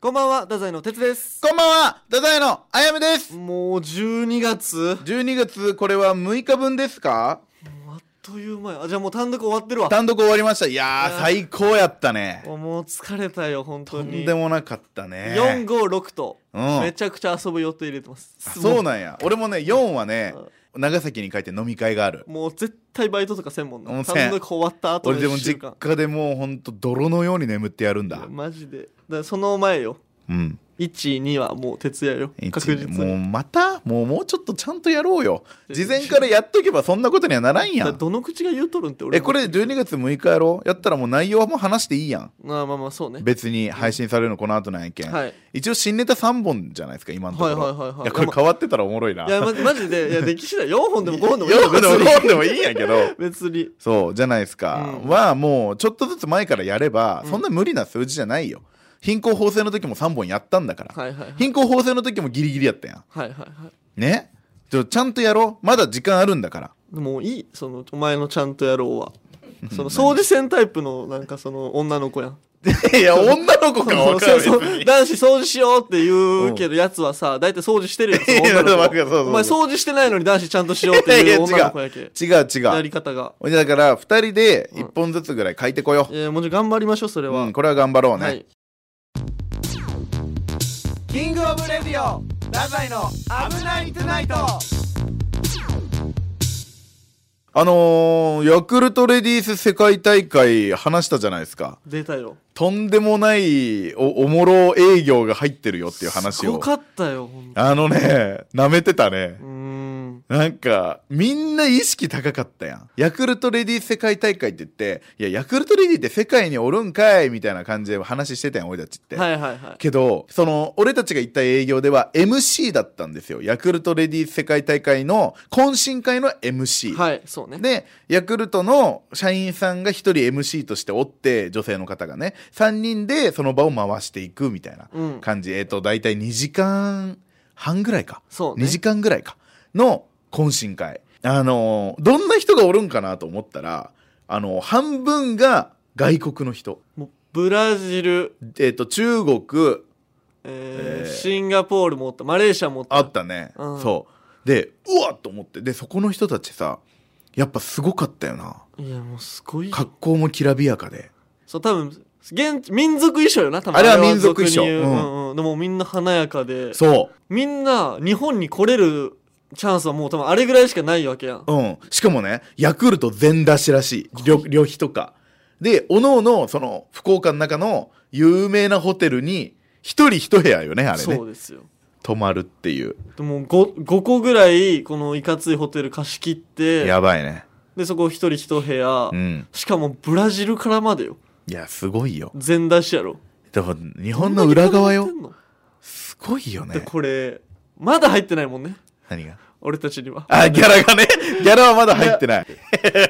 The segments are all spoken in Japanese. こんばんは、太宰の哲です。こんばんは、太宰のあやめです。もう12月12月、これは6日分ですかもうあっという間や。あ、じゃあもう単独終わってるわ。単独終わりました。いやいやー、ー最高やったね。もう疲れたよ、本と当んに。でもなかったね。 4、5、6と、うんめちゃくちゃ遊ぶ予定入れてます。あそうなんや。俺もね、4はね、長崎に帰って飲み会がある。もう絶対バイトとかせんもんもな。うせん単独終わった後俺のでも1週実間。家でもうほんと泥のように眠ってやるんいやだ。マジで。だからその前よ。うん。 1、2はもう徹夜よ。確実もうに。またもうもうちょっとちゃんとやろうよ。事前からやっとけばそんなことにはならんだやからん。どの口が言うとるんって俺え、もこれ12月6日やろやったらもう内容はもう話していいやん。まあまあまあそうね別に配信されるのこの後なんやけん。はい一応新ネタ3本じゃないですか今のところ、はいはいはいはいやこれ変わってたらおもろいない や、ま、マジでいやでき次第4本でも5本でもいいよよく別でもに飲んでもいいんやけど別にそうじゃないですか、うんはもうちょっとずつ前からやれば、うんそんな無理な数字じゃないよ貧困法制の時も3本やったんだから、はいはいはい貧困法制の時もギリギリやったやはいはいはいんねちょちゃんとやろうまだ時間あるんだからもういいそのお前のちゃんとやろ うはその掃除せんタイプのなんかその女の子やん いや女の子かそ分うかるそう別そうに男子掃除しようって言うけどやつは さ大体掃除してるやんその女いやわのかるそうそ子うそうお前掃除してないのに男子ちゃんとしようっていやいいやう女の子やけ違う違 やうり方がほいでだから2人で1本ずつぐらい書いてこよいやもうちょい頑張りましょうそれう、はうんこれは頑張ろうね、はいキングオブレディオダザイの危ないトゥナイトあのー、ヤクルトレディース世界大会話したじゃないですか出たよとんでもないおおもろ営業が入ってるよっていう話すごをかったよほんとあのねなめてたねうーんなんかみんな意識高かったやんヤクルトレディース世界大会って言っていやヤクルトレディーって世界におるんかいみたいな感じで話してたやん俺たちって、はいはいはいけどその俺たちが行った営業では MC だったんですよヤクルトレディース世界大会の懇親会の MC、はいそうねでヤクルトの社員さんが1人 MC としておって女性の方がね3人でその場を回していくみたいなうん感じ、えっ、と大体2時間半ぐらいか、そうね2時間ぐらいかの懇親会あのーどんな人がおるんかなと思ったらあの半分が外国の人もうブラジル、えっ、と中え国ーえーシンガポールもおったマレーシアもおったあったね、うんそうでうわっと思ってでそこの人たちさやっぱすごかったよないやもうすごいよ格好もきらびやかでそう多分現地民族衣装よな多分あれは民族衣装あれは俗に言うううんうんでもみんな華やかでそみんな日本に来れるチャンスはもう多分あれぐらいしかないわけやんう、うん、しかもねヤクルト全出しらしい旅旅費とかでおのおのその福岡の中の有名なホテルに一人一部屋よねあれそねうですよ泊まるっていうでも 5, 5個ぐらいこのいかついホテル貸し切ってやばいねでそこ一人一部屋、うんしかもブラジルからまでよいやすごいよ全出しやろでも日本の裏側よこんなに金持ってんすごいよのでねこれまだ入ってないもんね何が俺たち にはあギャラがねギャラはまだ入ってない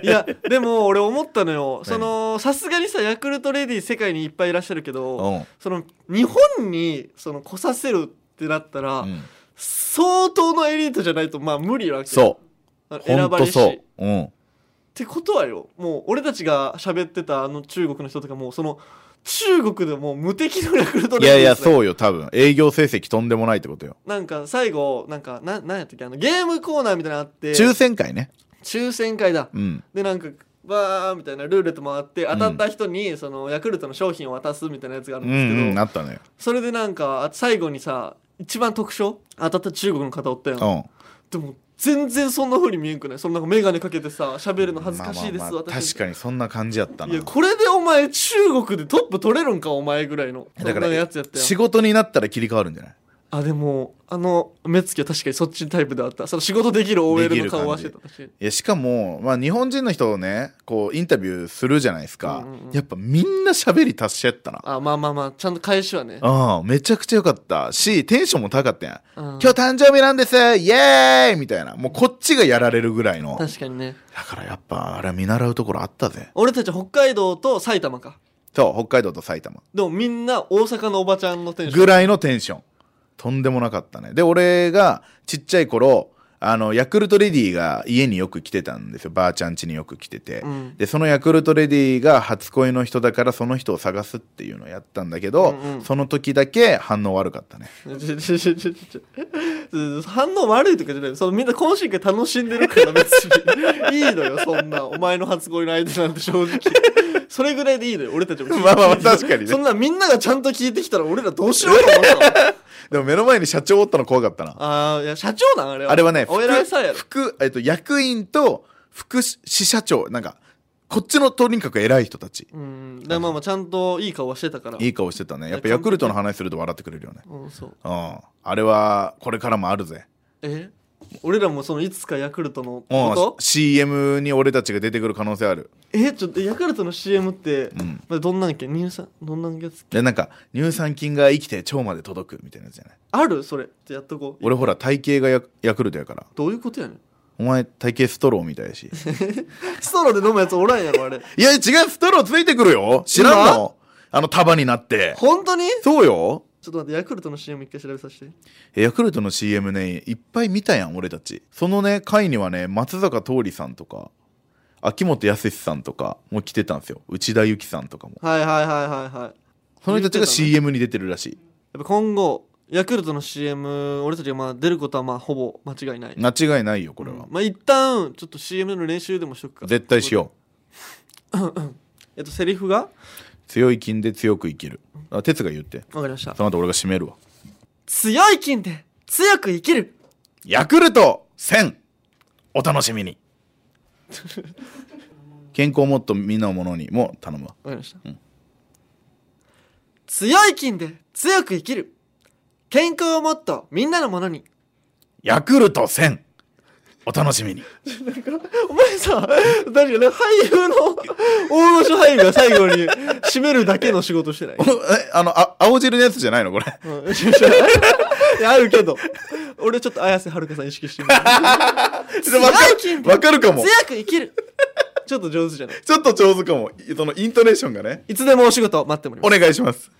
いやでも俺思ったのよそのさすがにさヤクルトレディ世界にいっぱいいらっしゃるけどうんその日本にその来させるってなったら、うん相当のエリートじゃないとまあ無理なわけそうあのほ選んばとれしそっう。うん。てことはよもう俺たちが喋ってたあの中国の人とかもうその中国でもう無敵のヤクルトいレディやいや、うそうよ、多分。営業成績とんでもないってことよ。なんか最後なんかななんやったっけあのゲームコーナーみたいなのあって抽選会ね。抽選会だうん。でなんかバーみたいなルーレット回って当たった人にそのヤクルトの商品を渡すみたいなやつがあるうんんですけど、うん、なったのよ。それでなんかあ最後にさ一番特徴当たった中国の方おったやん、うでも全然そんな風に見えんくないそのなんか眼鏡かけてさ喋るのん。恥ずかしいです、まあまあまあ私確かにそんな感じやったいやな。これでお前中国でトップ取れるんかお前ぐらいのだそからんなやつやったやん仕事になったら切り替わるんじゃないあでもあの目つきは確かにそっちのタイプであったその仕事できる OL の顔はしできてるた確かにいや、しかも、まあ日本人の人をね、こう、インタビューするじゃないですかうんうんうん。やっぱみんな喋り達者やったな。あまあまあまあちゃんと返しはねうん、めちゃくちゃ良かったし、テンションも高かったやん。うん今日誕生日なんですイエーイみたいな。もうこっちがやられるぐら いの。確かにねだからやっぱ、あれは見習うところあったぜ。俺たち北海道と埼玉かそう、北海道と埼玉。でもみんな大阪のおばちゃんのテンションぐらいのテンションとんでもなかったねで俺がちっちゃい頃あの、ヤクルトレディが家によく来てたんですよ。ばあちゃん家によく来てて。うんで、そのヤクルトレディが初恋の人だからその人を探すっていうのをやったんだけど、うんうんその時だけ反応悪かったね。ちょちょちょちょちょ反応悪いとかじゃないそのみんな懇親会楽しんでるから別にいいのよそんなお前の初恋の相手なんて正直それぐらいでいいのよ俺たちも聞いてまあま あまあ確かにねそんなみんながちゃんと聞いてきたら俺らどうしようと思ったのでも目の前に社長おったの怖かったな。あーいや社長なんあれはあれはね、お偉いさんやろ副、副えっと、役員と副支社長、なんか、こっちのとにかく偉い人たち。うんだからまあまあちゃんといい顔はしてたからいい顔してたね。やっぱヤクルトの話すると笑ってくれるよね。うんそううん。あれは、これからもあるぜ。え俺らもそのいつかヤクルトのうこんと。 CM に俺たちが出てくる可能性ある。えちょっとヤクルトの CM ってうん。まあどんなんやっけ乳酸どんなんやつで、なんか、乳酸菌が生きて腸まで届くみたいなやつじゃない。あるそれってやっとこう俺ほら、体型がヤヤクルトやから。どういうことやねんお前、体型ストローみたい やし。ストローで飲むやつおらんやろあ れいや、違う、ストローついてくるよ知らんのあの束になって。本当にそうよちょっと待ってヤクルトの CM 一回調べさせてえヤクルトの CM ねいっぱい見たやん俺たちそのね回にはね松坂桃李さんとか秋元康さんとかも来てたんですよ内田有紀さんとかもはいはいはいはいはいやっその人たち言ってたねが CM に出てるらしぱ今後ヤクルトの CM 俺たちがまあ出ることはまあほぼ間違いないい間違いないよこれうんは、まあ一旦ちょっと CM の練習でもしとくか絶対しよようえっとセリフがう強い金で強く生きるあ哲が言ってわかりましたその後俺が締めるわ強い金で強く生きるヤクルト1000お楽しみ に健康をもっとみんなのものにも頼むわわかりました、うん強い菌で強く生きる健康をもっとみんなのものにヤクルト1000お楽しみにお前さ確かに俳優の大御所俳優が最後に締めるだけの仕事してない おえあのあ青汁のやつじゃないのこれうん いやあるけど俺ちょっと綾瀬はるかさん意識してみる強わかい菌でわかるかも強く生きるちょっと上手じゃないちょっと上手かもそのイントネーションがねいつでもお仕事待ってもらいおます願いします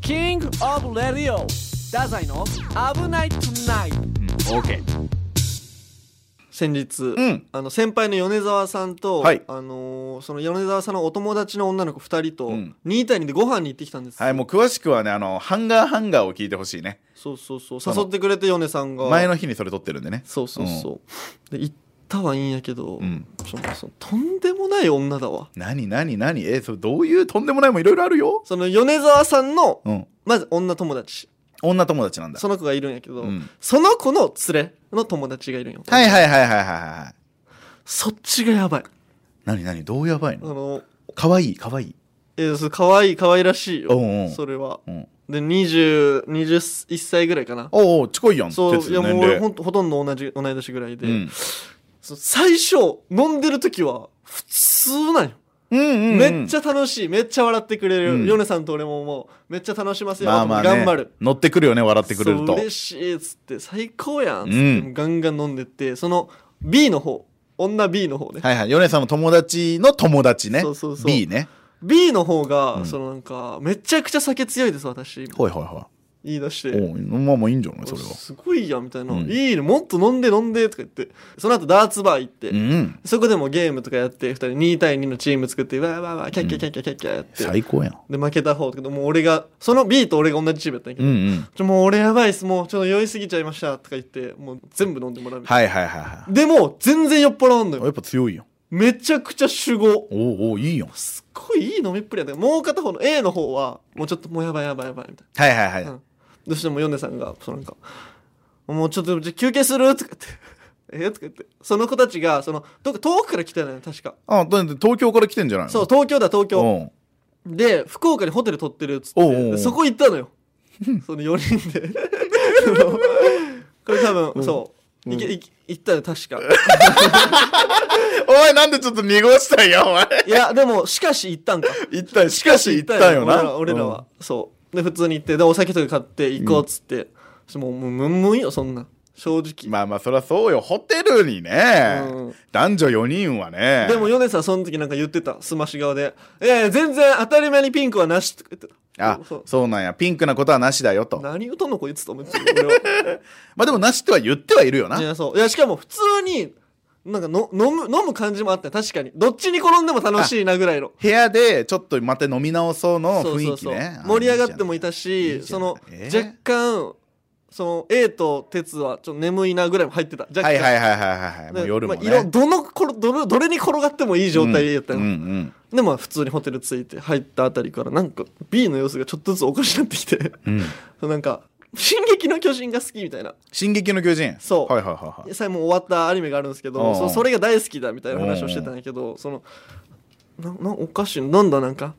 キングオブレディオダザイの危ないトゥナイトオーケー先日、んあの先輩の米沢さんと、はいあのーその米沢さんのお友達の女の子2人と、うん2対2でご飯に行ってきたんですよはいもう詳しくはねあのハンガーハンガーを聞いてほしいねそうそうそう誘ってくれて米さんが前の日にそれ撮ってるんでねそうそうそう、で行ったはいいんやけど、うんそのそのとんでもない女だわ何何何えそれどういうとんでもないもいろいろあるよその米沢さんのうんまず女友達女友達なんだその子がいるんやけど、うんその子の連れの友達がいるんよ、はいはいはいはいはいはいそっちがやばい何何どうやばいあののかわいいかわいいえー、そう可愛い可愛らしいおうよおうそれはうんで20 21歳ぐらいかなおうおう近いやんそう鉄いやのもう年俺齢ほんとほとんど同じ同い年ぐらいで、うんそう最初飲んでる時は普通なんよ、うんうんめっちゃゃ楽しいめっちゃ笑ってくれる、うんヨネさんと俺ももうめっちゃ楽しませようまあまあと思ってね頑張る、乗ってくるよね笑ってくれるそうと嬉しいっつって最高やんっつって、うんガンガン飲んでってその B の方女 B の方ね、はいはい米さんの友達の友達ねそうそうそう B ね B の方が、うんそのなんかめちゃくちゃ酒強いです私ほいほいほい言い出しておうまあまあいいんじゃないそれはすごいやんみたいな、うんいいねもっと飲んで飲んでとか言ってその後ダーツバー行って、うんそこでもゲームとかやって2人2対2のチーム作ってわーわーわーキャッキャッキャッキャッキャッキャやって、最高やんで負けた方だけどもう俺がその B と俺が同じチームやったんやけうんど、うんちょもう俺やばいっすもうちょっと酔いすぎちゃいましたとか言ってもう全部飲んでもらうみたいはいはいはいはなでも全然酔っ払わんのいあよやっぱ強いやんめちゃくちゃ酒豪おうおういいやんすっごいいい飲みっぷりやったもう片方の A の方はもうちょっともうやばいやばいやばいみたいはいはいはい、な、うん、どうしてもヨネさんがそのなんかもうちょっとじゃあ休憩するとか言って えとか言ってその子たちがそのどっか遠くから来てたのよ確かあだって東京から来てんじゃないのそう東京だ東京うんで福岡にホテル取ってるっつっておうおうおうでそこ行ったのよその4人 でそのこれ多分、そういけいけ行ったの確かおいなんでちょっと濁したんやお前いやでもしかし行ったんか行ったしかし行ったんよな俺ら俺らは、そうで普通に行ってでお酒とか買って行こうっつって、そしてもうもうムンムンよそんな正うん直、まあまあそりゃそうよホテルにね、うん男女4人はねでもヨネさんその時なんか言ってたスマシ顔で「ええ全然当たり前にピンクはなし」とか言ってたあそうそうなんやピンクなことはなしだよと何言うとんのこいつと思って俺はまあでもなしっては言ってはいるよないやそういやしかも普通になんかの飲む飲む感じもあったよ確かにどっちに転んでも楽しいなぐらいの部屋でちょっとまた飲み直そうのそう雰そ囲う気そうねあ盛り上がってもいいいたいしいじゃそないの、えー若干その A と鉄はちょっと眠いなぐらいも入ってた若じゃ干ないはいはいはいはいはいもうで夜もね、まあ色どの頃どれどれに転がってもいい状態やったうんよ、うんうんでまあ普通にホテル着いて入ったあたりからなんか B の様子がちょっとずつおかしくなってきて うんなんか「進撃の巨人」が好きみたいな「進撃の巨人」そうはいはいはいはい最後もう終わったアニメがあるんですけうどんそそれが大好きだみたいな話をしてたんやけどそのななおかしいなんだなんか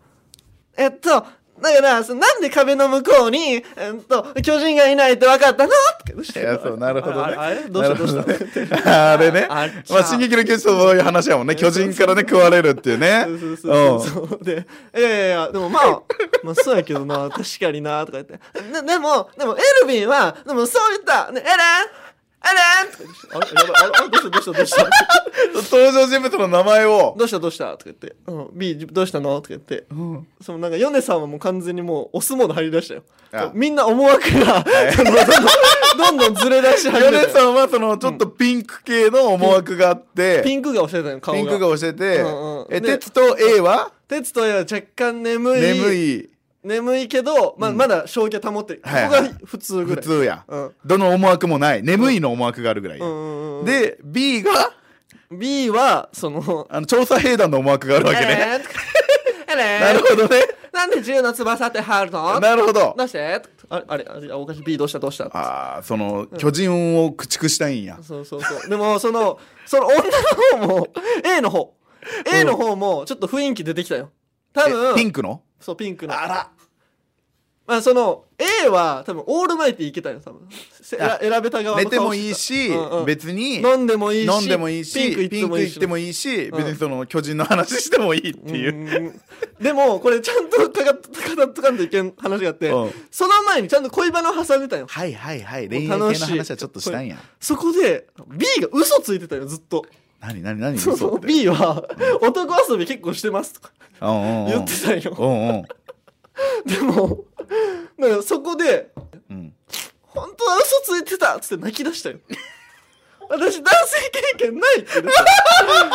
えっとだからそのなんで壁の向こうに、えっと、巨人がいないって分かったのとかどうしたいやそうなるほどねああれどうしたどうなるしほどねあれね あっちゃまあ、進撃の巨人とそういう話やもんね巨人からね食われるっていうねそうそううそんうそうそうで「いやいやいやでもまあまあそうやけどな確かにな」とか言って「ででもでもエルヴィンはでもそう言った、ね、エレンエレン!」とか言ってあれやばいあれあれどうしたどうしたどうした登場人物の名前をどうしたどうしたとか言って「うん、B どうしたの?」とか言って、そのなんかヨネさんはもう完全にもうお相撲の張り出したよあみんな思惑が、その どんどんどんどんずれ出し始米めたよさんはそのちょっとピンク系の思惑があって、ピンクが教えたよ顔がピンクが教えて、うんうんえで鉄と A は鉄とは若干眠い眠い眠いけど、まあまだ正気は保ってる、はいここはいが普通ぐ普らい通や、うんどの思惑もない眠いの思惑があるぐらいや、うんうんうん、で B が B はそのあの調査兵団の思惑があるわけね、えれ なるほどねなんで銃の翼って入るのなるほどどうしてあれあれあれあおかしい B どうしたどうしたああその巨人を駆逐したいんや、そうそうそうでもそのその女の方も A の方 A の方もちょっと雰囲気出てきたよ多分えピンクのそうピンクのあらまあその A は多分オールマイティいけたよ多分せあ選選べた側寝の顔してたもいいし、うんうん別に飲んでもいいし飲んでもいいしピンク行ってもいいしピンクもいいしうん別にその巨人の話してもいいっていう、うんでもこれちゃんとかかかかっとかんといけん話があって、うんその前にちゃんと恋バナを挟んでたよはいはいはもうい恋愛系の楽しい話はちょっとしたんやそこで B が嘘ついてたよずっと何何何そう嘘って B は男遊び結構してますとかうんうんうん言ってたようんうんでもだからそこでうん「本当は嘘ついてた!」っつって泣き出したよ私男性経験ないって言ってた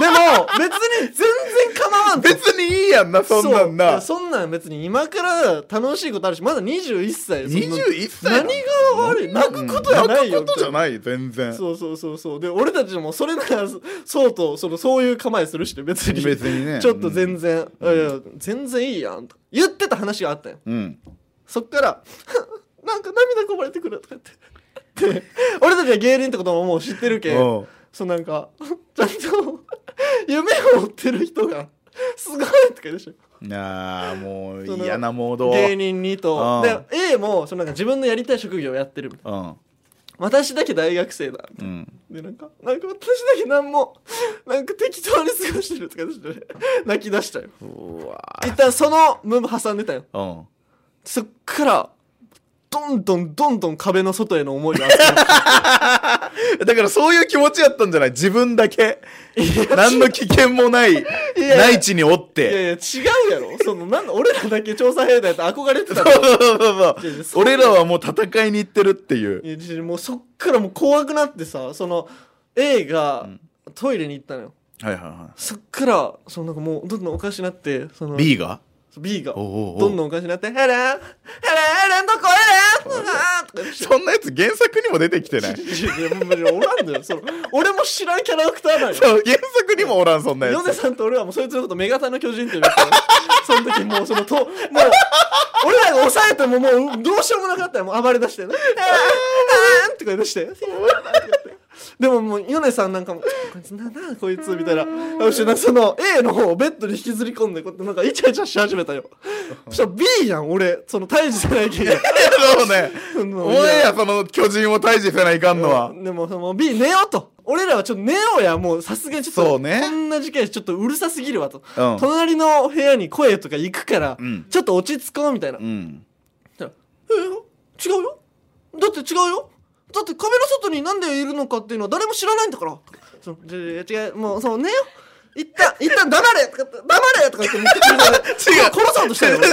でも別に全然構わんと別にいいやんなそんなんそなうそんなん別に今から楽しいことあるしまだ21歳そんな21歳何が悪い泣くことやないよ、泣くことじゃない全然そうそうそうそうで俺たちもそれならそうとそのそういう構えするしね別に別にねちょっと全然、いやいや全然いいやんと言ってた話があったようんそっから 「なんか涙こぼれてくる」とか言ってで俺たちは芸人ってことももう知ってるけんおうそうなんかちゃんと 夢を追ってる人がすごいとか言うでしょあーもうその嫌なモード芸人にとうんで A もそのなんか自分のやりたい職業をやってるみたいなうん私だけ大学生だうんでなんかなんか私だけ何もなんか適当に過ごしてるとかでしてね泣き出したようわ一旦そのムーブ挟んでたようんそっからどんどんどんどん壁の外への思いが熱く なってだからそういう気持ちやったんじゃない自分だけ何の危険もないや内地におっいやていや違うやろそのなんだ俺らだけ調査兵団やと憧れてたのそうそうそういやいやそそうう俺らはもう戦いに行ってるっていういやちもうそっからもう怖くなってさその A がトイレに行ったのよはいはいはそっからそのなんかもうどんどんおかしなってそのい B が B がおうおうおうどんどんおかしなって「ヘレンヘレンヘレンどこヘレン!うわー」とか言ってそんなやつ原作にも出てきてないい やいやいやおらんのよその俺も知らんキャラクターなんよそう原作にもおらんそんなやヨネつさんと俺はもうそいつのこと目型の巨人って呼んでたよ その時もうそのともう俺らが抑えてももうどうしようもなかったよもう暴れ出してね「あーあーん」とか言い出してでももうヨネさんなんかも「こいつなんだこいつ」みたいなそしてなんかその A の方をベッドに引きずり込んでこうやってなんかイチャイチャし始めたよそしたら B やん俺その退治せない けんそうねそのお前やその巨人を退治せないかんのはでもその B 寝ようと俺らはちょっと寝ようやもうさすがにちょっとそうねこんな時間やしちょっとうるさすぎるわと、うん隣の部屋に声とか行くから、うんちょっと落ち着こうみたいな、うんえ違うよだって違うよだって壁の外になんでいるのかっていうのは誰も知らないんだからそのじゃじゃ違うもうそう寝よう一旦、一旦黙れとか言って黙れとか言って、めっちゃ 違う殺そうとしたよ。俺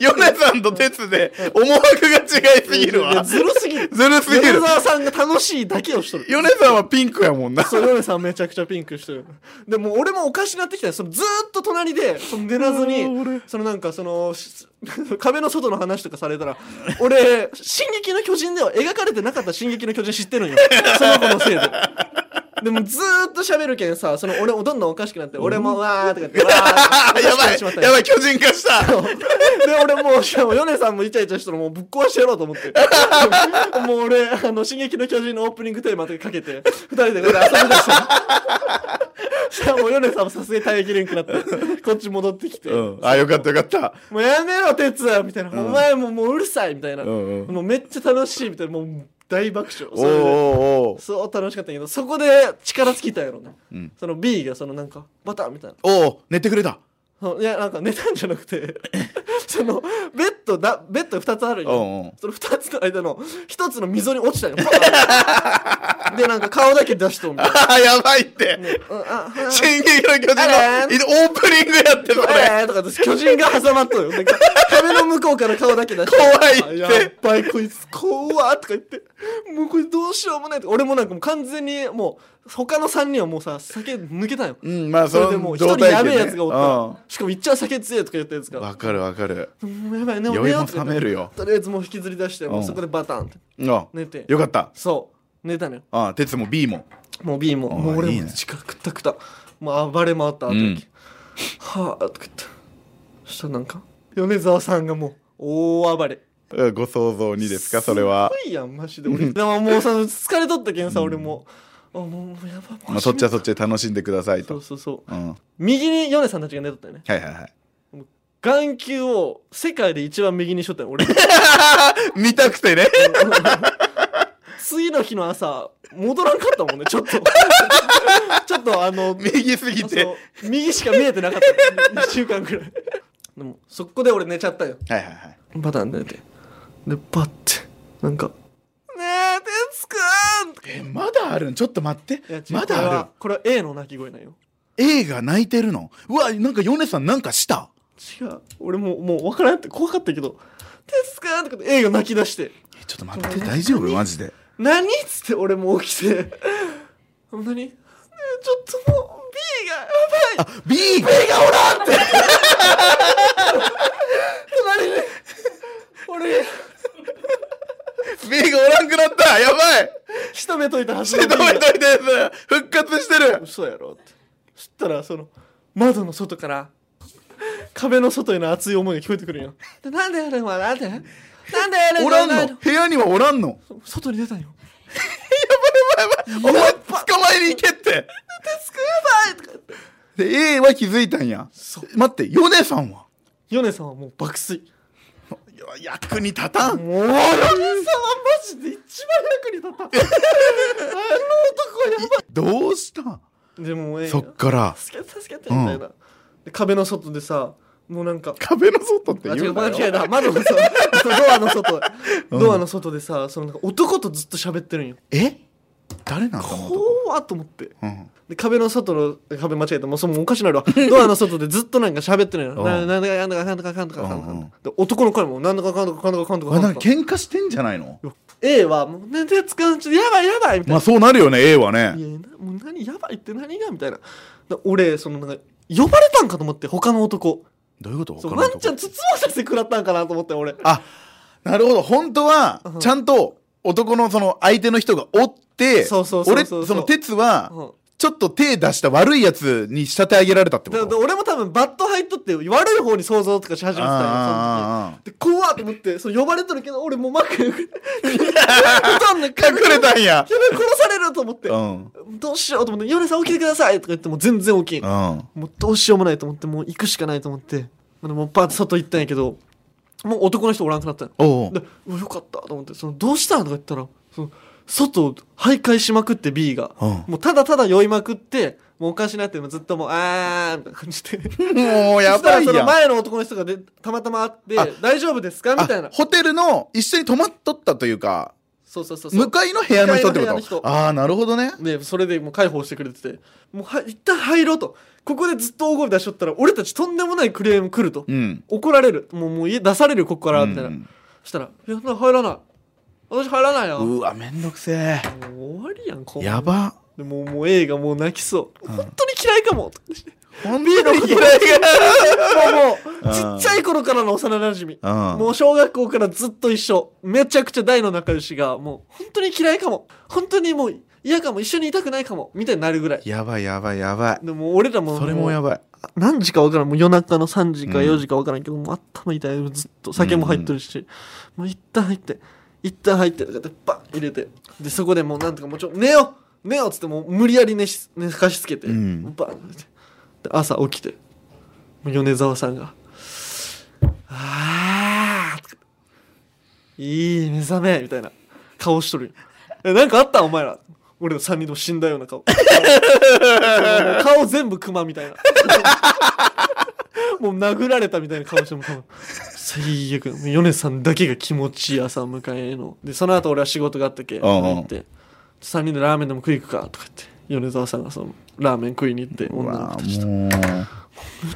ヨネさんと哲で思惑が違いすぎるいやわずるすぎる。ずるすぎ米る沢さんが楽しいだけをしとる。ヨネさんはピンクやもん なそう、ヨネさんめちゃくちゃピンクしてる。でもう俺もおかしなってきたよそのずーっと隣で、その寝なずうわー俺に、そのなんかその、し 壁の外の話とかされたら、俺、進撃の巨人では描かれてなかった進撃の巨人知って るんよ。その子のせいで。でもずーっと喋るけんさ、その俺もどんどんおかしくなって、俺もわーとか言って、わーとあか やば言ってしまっいたよやばい巨人化したそうで俺もうしかも米さんもイチャイチャしたらもうぶっ壊してやろうと思って もう俺あの「進撃の巨人」のオープニングテーマとかかけて二人でこれ遊び出 したそしたらもう米さんもさすがに耐えきれんくなってこっち戻ってきて「うんあよかったよかったもうやめろ哲也」みたいな「んお前ももううるさい」みたいな、うんうんもうめっちゃ楽しい」みたいなもう大爆笑おそーれでおーおーそう楽しかったんやけどそこで力尽きたやろな、んその B がそのなんか「バター」みたいなおお寝てくれたそういやなんか寝たんじゃなくて そのベッドだベッド2つあるんようんうんその2つの間の1つの溝に落ちたんよ でなんか顔だけ出しとんみたいあーやばいってな、うんあは「あ進撃の巨人あれの」オープニングやってそれえーとかです巨人が挟まっとるよなんか壁の向こうから顔だけ出して怖いってやっばいこいつ怖っとか言ってもうこれどうしようもないと俺もなんかもう完全にもう他の3人はもうさ酒抜けたんようんまあそそれでもうの一状人態やべえやつがおうっんた、しかもいっちゃ酒強いとか言ったやつがわかるわかるもうやばいね、酔いもうとか冷めるよとりあえずもう引きずり出して、もうそこでバタンってうんよ寝て。かったそう、寝たのよ。あ鉄も B ももう B も、あーもう俺いいねも近くたくた。もう暴れ回った後、うんはぁ、とか言った。そしたらなんか、米沢さんがもう、大暴れ。うんご想像にですかそれはすごいやん、マジで。俺、でももうさ、疲れとったけんさ、俺も。あ、もう、もうやばい。もまうあそっちはそっちで楽しんでくださいそとうそうそう。うんはい右に米さんたちが寝とったよね。はいはい眼球を世界で一番右にしとったよ、俺。見たくてね次の日の朝戻らんかったもんねちょっ とちょっとあの右すぎてそはう右しか見えてなかった1週間くらいでもそこで俺寝ちゃったよいはいはいバタン寝てでバッてなんか「ねえ哲くえまだあるんちょっと待ってん!いや」違うまこれだあはこれは A の鳴き声なんよる A が泣いてるのうわなんかヨネさんなんかした違う俺もうもう分からんって怖かったけど「哲くん!」とかって A が泣き出してえちょっと待って大丈夫マジで「何?」っつって俺も起きて「何ねえちょっともう B がやばい!」あ B が隣に俺 B がおらんくなったやばい仕留めといたはず止めといがて復活してる嘘やろってそしたらその窓の外から壁の外への熱い思いが聞こえてくるんよでなんでやれんわなんでなんでやれおわらんの部屋にはおらんの外に出たんよお前捕まえに行けってつくやばいとか言ってで A は気づいたんや待ってヨネさんはヨネさんはもう爆睡いや役に立たんもうヨネさんはマジで一番役に立ったあの男やどうしたばいでもええそっから助けて助けてみたいな、で壁の外でさもうなんか壁の外ってあ違言ううな間違えよた窓の外ドアの外、ドアの外でさそのなんか男とずっと喋ってるんよえ誰なんその男怖っと思ってうんで壁の外の壁間違えたもうそれもうおかしなるわドアの外でずっとなんか喋ってるのようんななんだかなんだかなんだかなんだかなんだかうなんうんんだかで男の声もなんだかかんだかかんだかかんだかあかなんんだかか喧嘩してんじゃないの A はもう全然使うんちょっとやばいやばいみたいまあなそうなるよね A はねいやなもう何やばいって何がみたいなで俺そのなんか呼ばれたんかと思って他の男どういうことそうワ他のン男ちゃん筒をさせて食らったんかなと思って俺あなるほど本当はうんちゃんと男のその相手の人がおってそうそうそう俺そそうの鉄はうんちょっと手出した悪いやつに仕立て上げられたってこだだと俺も多分バット入っとって悪い方に想像とかし始めてたよあその時で怖っと思ってそう呼ばれとるけど俺もう 幕布団で隠隠れたんややばい殺されると思ってうんどうしようと思って「米さん起きてください」とか言ってもう全然起きんうんもうどうしようもないと思ってもう行くしかないと思ってあのもうバーッと外行ったんやけどもう男の人おらんくなったのおうでうわよかったと思ってそのどうしたんとか言ったらその外を徘徊しまくって B が、うんもうただただ酔いまくってもうおかしなってもうずっともうあーみたいな感じでもうやばそしいたらそやのん前の男の人がでたまたま会ってあ大丈夫ですかみたいあなホテルの一緒に泊まっとったというかそうそうそうそう向かいの部屋の人ってこ向かいの部屋のと人ああなるほどねでそれでもう解放してくれててもうは一旦入ろうとここでずっと大声出しとったら俺たちとんでもないクレーム来ると、うん怒られるもうもう家出されるよここからみたいな、うんそしたら「いや入らない私入らないよ」もうわめんどくせえう終わりやんこんなやばでもうもう映画もう泣きそう、うん本当に嫌いかもとか言って本ビーのこ当とに嫌嫌いいもううんちっちゃい頃からの幼馴染みがもう小学校からずっと一緒めちゃくちゃ大の仲良しがもう本当に嫌いかも本当にもう嫌かも一緒にいたくないかもみたいになるぐらいやばいやばいやばいでも俺らもそれもやばい何時か分からんもう夜中の3時かうん4時か分からんけど、もう頭痛いずっと酒も入ってるし、もう一旦入って一旦入ってとかってバン入れてでそこでもうなんとかもうちょ寝よう寝ようっつってもう無理やり寝し寝かしつけて、うんもうバンってで朝起きてもう米沢さんが「ああ」いい目覚め」みたいな顔しとるよえなんかあったお前ら俺の3人とも死んだような 顔顔全部クマみたいなもう殴られたみたいな顔しても多分最悪もう米さんだけが気持ちいい朝を迎えのでその後俺は仕事があったけんうん行って3人でラーメンでも食い行くかとか言って米沢さんがそのラーメン食いに行ってう女のわ子たちともうむ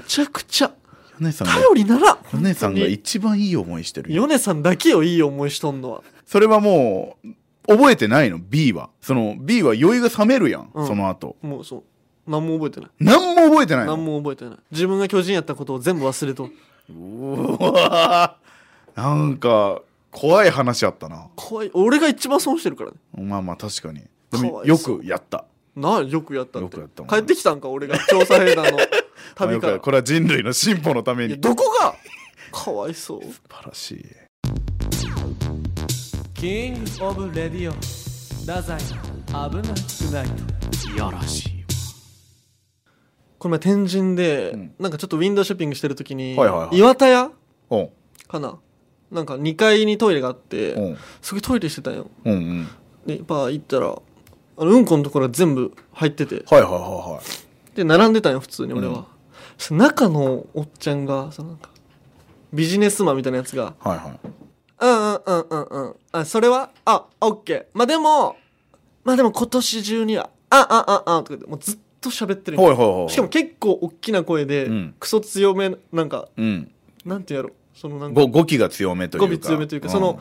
ちゃくちゃ米さんが頼りなら米さんが本一番いい思いして当るによ米さんだけをいい思いしとんのはそれはもう覚えてないの B はその B は酔いが冷めるやん、うんその後もうそう何も覚えてない何も覚えてないの何も覚えてない自分が巨人やったことを全部忘れとるうわーなんか怖い話あったな怖い俺が一番損してるからねまあまあ確かにでかもわいよそうくやったなあよくやったってよくやったもん帰ってきたんか俺が調査兵団の旅か まあらよくこれは人類の進歩のためいにや素どこがかわいそう晴らしいキングオブレディオ太宰危なくないいやらしいこの前天神で、んなんかちょっとウィンドウショッピングしてる時に、はいはいはい岩田屋おんかななんか2階にトイレがあって、おんすごいトイレしてたんようんうんでバー行ったらあのうんこのところが全部入っててはいはいはで並んでたんよ普通に俺うんは、そしたら中のおっちゃんがそのなんかビジネスマンみたいなやつがいはいはいはい「うんうんうんうんうんあそれはあオッケーまあでもまあでも今年中にはああああ」とか言ってもうずっと喋ってるんよはいはいはいしかも結構大きな声で、うんクソ強めなんかうんなんていうんやろそのなんか語語気が強めという語か尾強めというか、んその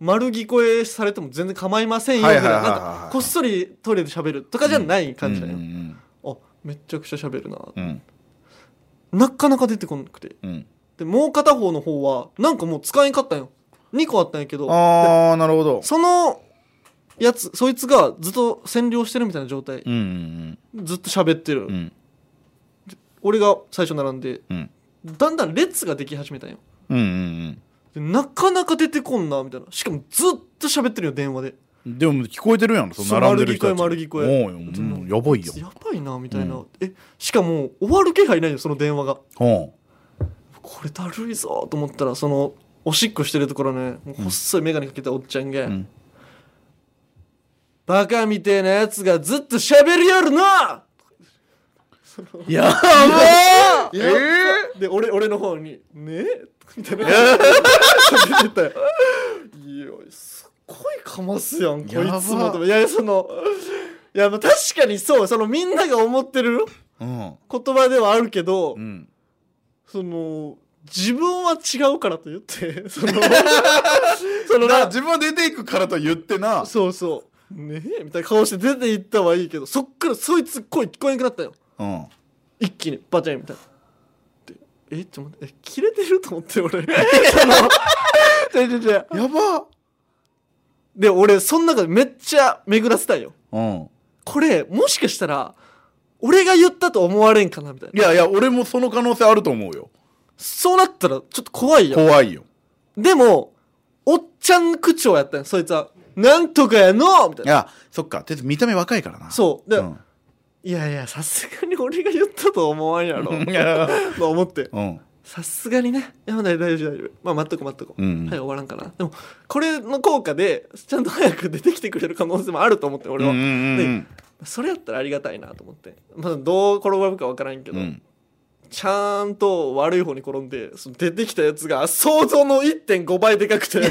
丸聞こえされても全然構いませんよぐらいはいはないんはいはいかこっそりトイレで喋るとかじゃない感じだよ、うんうんあめっちゃくちゃ喋るなうんうんなかなか出てこなくてうんでもう片方の方はなんかもう使えんかったんよ2個あったんやけどああなるほどそのやつそいつがずっと占領してるみたいな状態うんうんずっと喋ってる、うんうん俺が最初並んでうんだんだん列ができ始めたんようんうんでなかなか出てこんなみたいなしかもずっと喋ってるよ電話でうんでも聞こえてるやんその並んでる人たちそう丸聞こえおうようんやばいよやばいなみたいな、うえしかも終わる気配ないよその電話がうんこれだるいぞと思ったらそのおしっこしてるところねもう細い眼鏡かけたおっちゃんが、んバカみてえなやつがずっと喋りやるなやばーやっぱで俺俺の方に「ね え?」みたいな喋ってたよいやすっごいかますやんこやばいつもといやそのいやまあ確かにそうそのみんなが思ってるうん言葉ではあるけど、うんその自分は違うからと言って そ のそのだな自分は出ていくからと言ってなそうそうねえみたいな顔して出て行ったはいいけどそっからそいつ声聞こえなくなったようん一気にバチャンみたいなでえちょっと待ってえ切れてると思って 俺その違う違う違うやばで俺その中でめっちゃ巡らせたいようんこれもしかしたら俺が言ったと思われんかなみたいないやいや俺もその可能性あると思うよそうなったらちょっと怖いよ怖いよでも、おっちゃん口調やったんよそいつは。なんとかやのみたいいな。やそっかてつ見た目若いからなそう。で、うんいやいや、さすがに俺が言ったと思わんやろ。いやと思って。うんさすがにね。いや、大丈夫、大丈夫。まあ、待っとこう待っとこう。うんはい、終わらんかな。でも、これの効果で、ちゃんと早く出てきてくれる可能性もあると思って、うん俺うは。んうんそれやったらありがたいなと思って。まあ、どう転ばるかわからんけうど、んちゃんと悪い方に転んで、その出てきたやつが想像の1.5倍でかくて、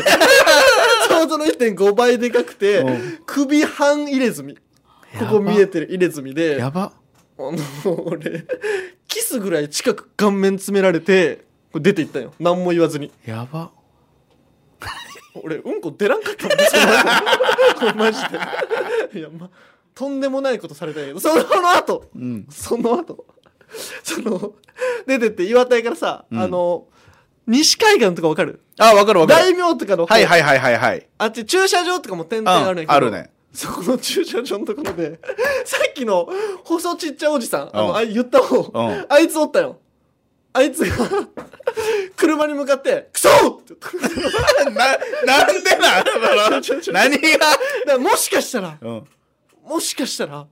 想像の1.5倍でかくて、うん首半入れ墨ここ見えてる入れ墨でやばあの俺キスぐらい近く顔面詰められてこれ出ていったんよ何も言わずにやば俺うんこ出らんかったんですよこれマジでいやまとんでもないことされたんやけどその後うんその後その出てって岩田からさ、うんあの西海岸とかわかるあわかるわか大る名とかの方はいはいはいはいはいあっち駐車場とかも点々あるんやけうんどあるねそこの駐車場のところで さっきの細ちっちゃおじさんあうんのあ言った方、うんあいつおったよあいつが 車に向かって「クソ!」って言っただかななんでなんだろう何がらもしかしたらうんもしかしたら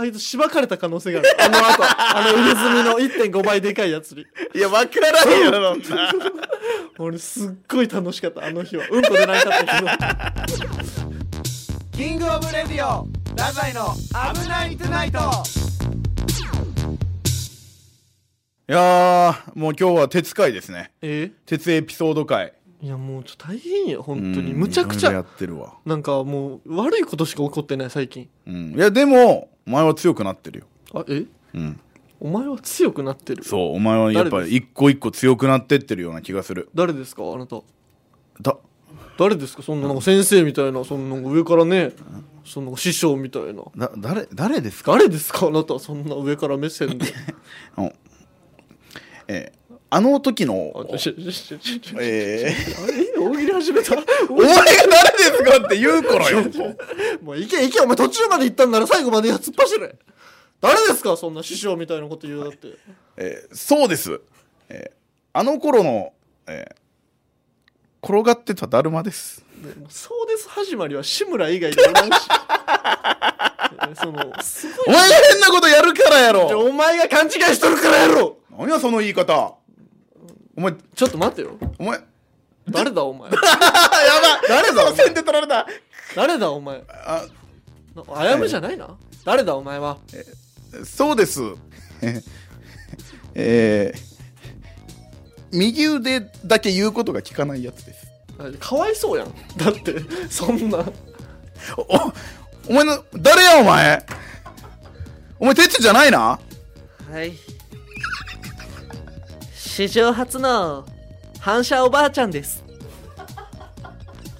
あいつしばかれた可能性があるあの後あの入れ墨の1.5倍でかいやつにいやわからんよろんな俺すっごい楽しかったあの日はうんこ出なかったけどキングオブレディオラザイの危ないトゥナイトいやーもう今日は鉄会ですね え鉄エピソード会いやもうちょっと大変よ本当にうんむちゃくちいろいろやゃってるわ、なんかもう悪いことしか起こってない最近うん、いやでもお前は強くなってるよ、あえうん、お前は強くなってるそうお前はやっぱ誰でり一個一個強くなってってるような気がする誰ですかあなただ誰ですかそんななんか先生みたいなそんななんか上からねその師匠みたいなだ誰誰ですか、誰ですかあなたそんな上から目線でうんえーあの時のあちょちょちょちょちょえー あれ大喜利始 めたお前が誰ですかって言うからよもういけいけお前途中まで行ったんなら最後までや突っ走れ誰ですかそんな師匠みたいなこと言うだってえーそうです、えーあの頃の、えー転がってただるまですねもうそうです始まりは志村以外でおらんし ねそのすごいお前が変なことやるからやじゃあろお前が勘違いしとるからやろ何やその言い方お前ちょっと待ってよお前や誰だお前ば誰だ先手取られた 誰だお前あなあやむじゃないな誰だお前はそうです えー右腕だけ言うことが聞かないやつですかわいそうやんだってそんなおお前の誰やお前お前哲じゃないなはい史上初の反射おばあちゃんです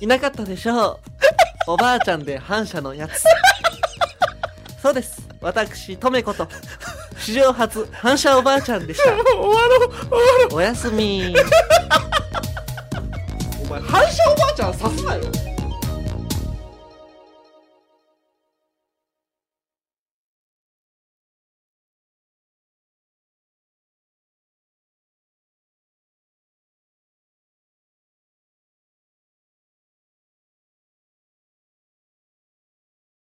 いなかったでしょうおばあちゃんで反射のやつそうです私とめこと史上初反射おばあちゃんでした終わろう終わろうおやすみお前反射おばあちゃん刺すなよ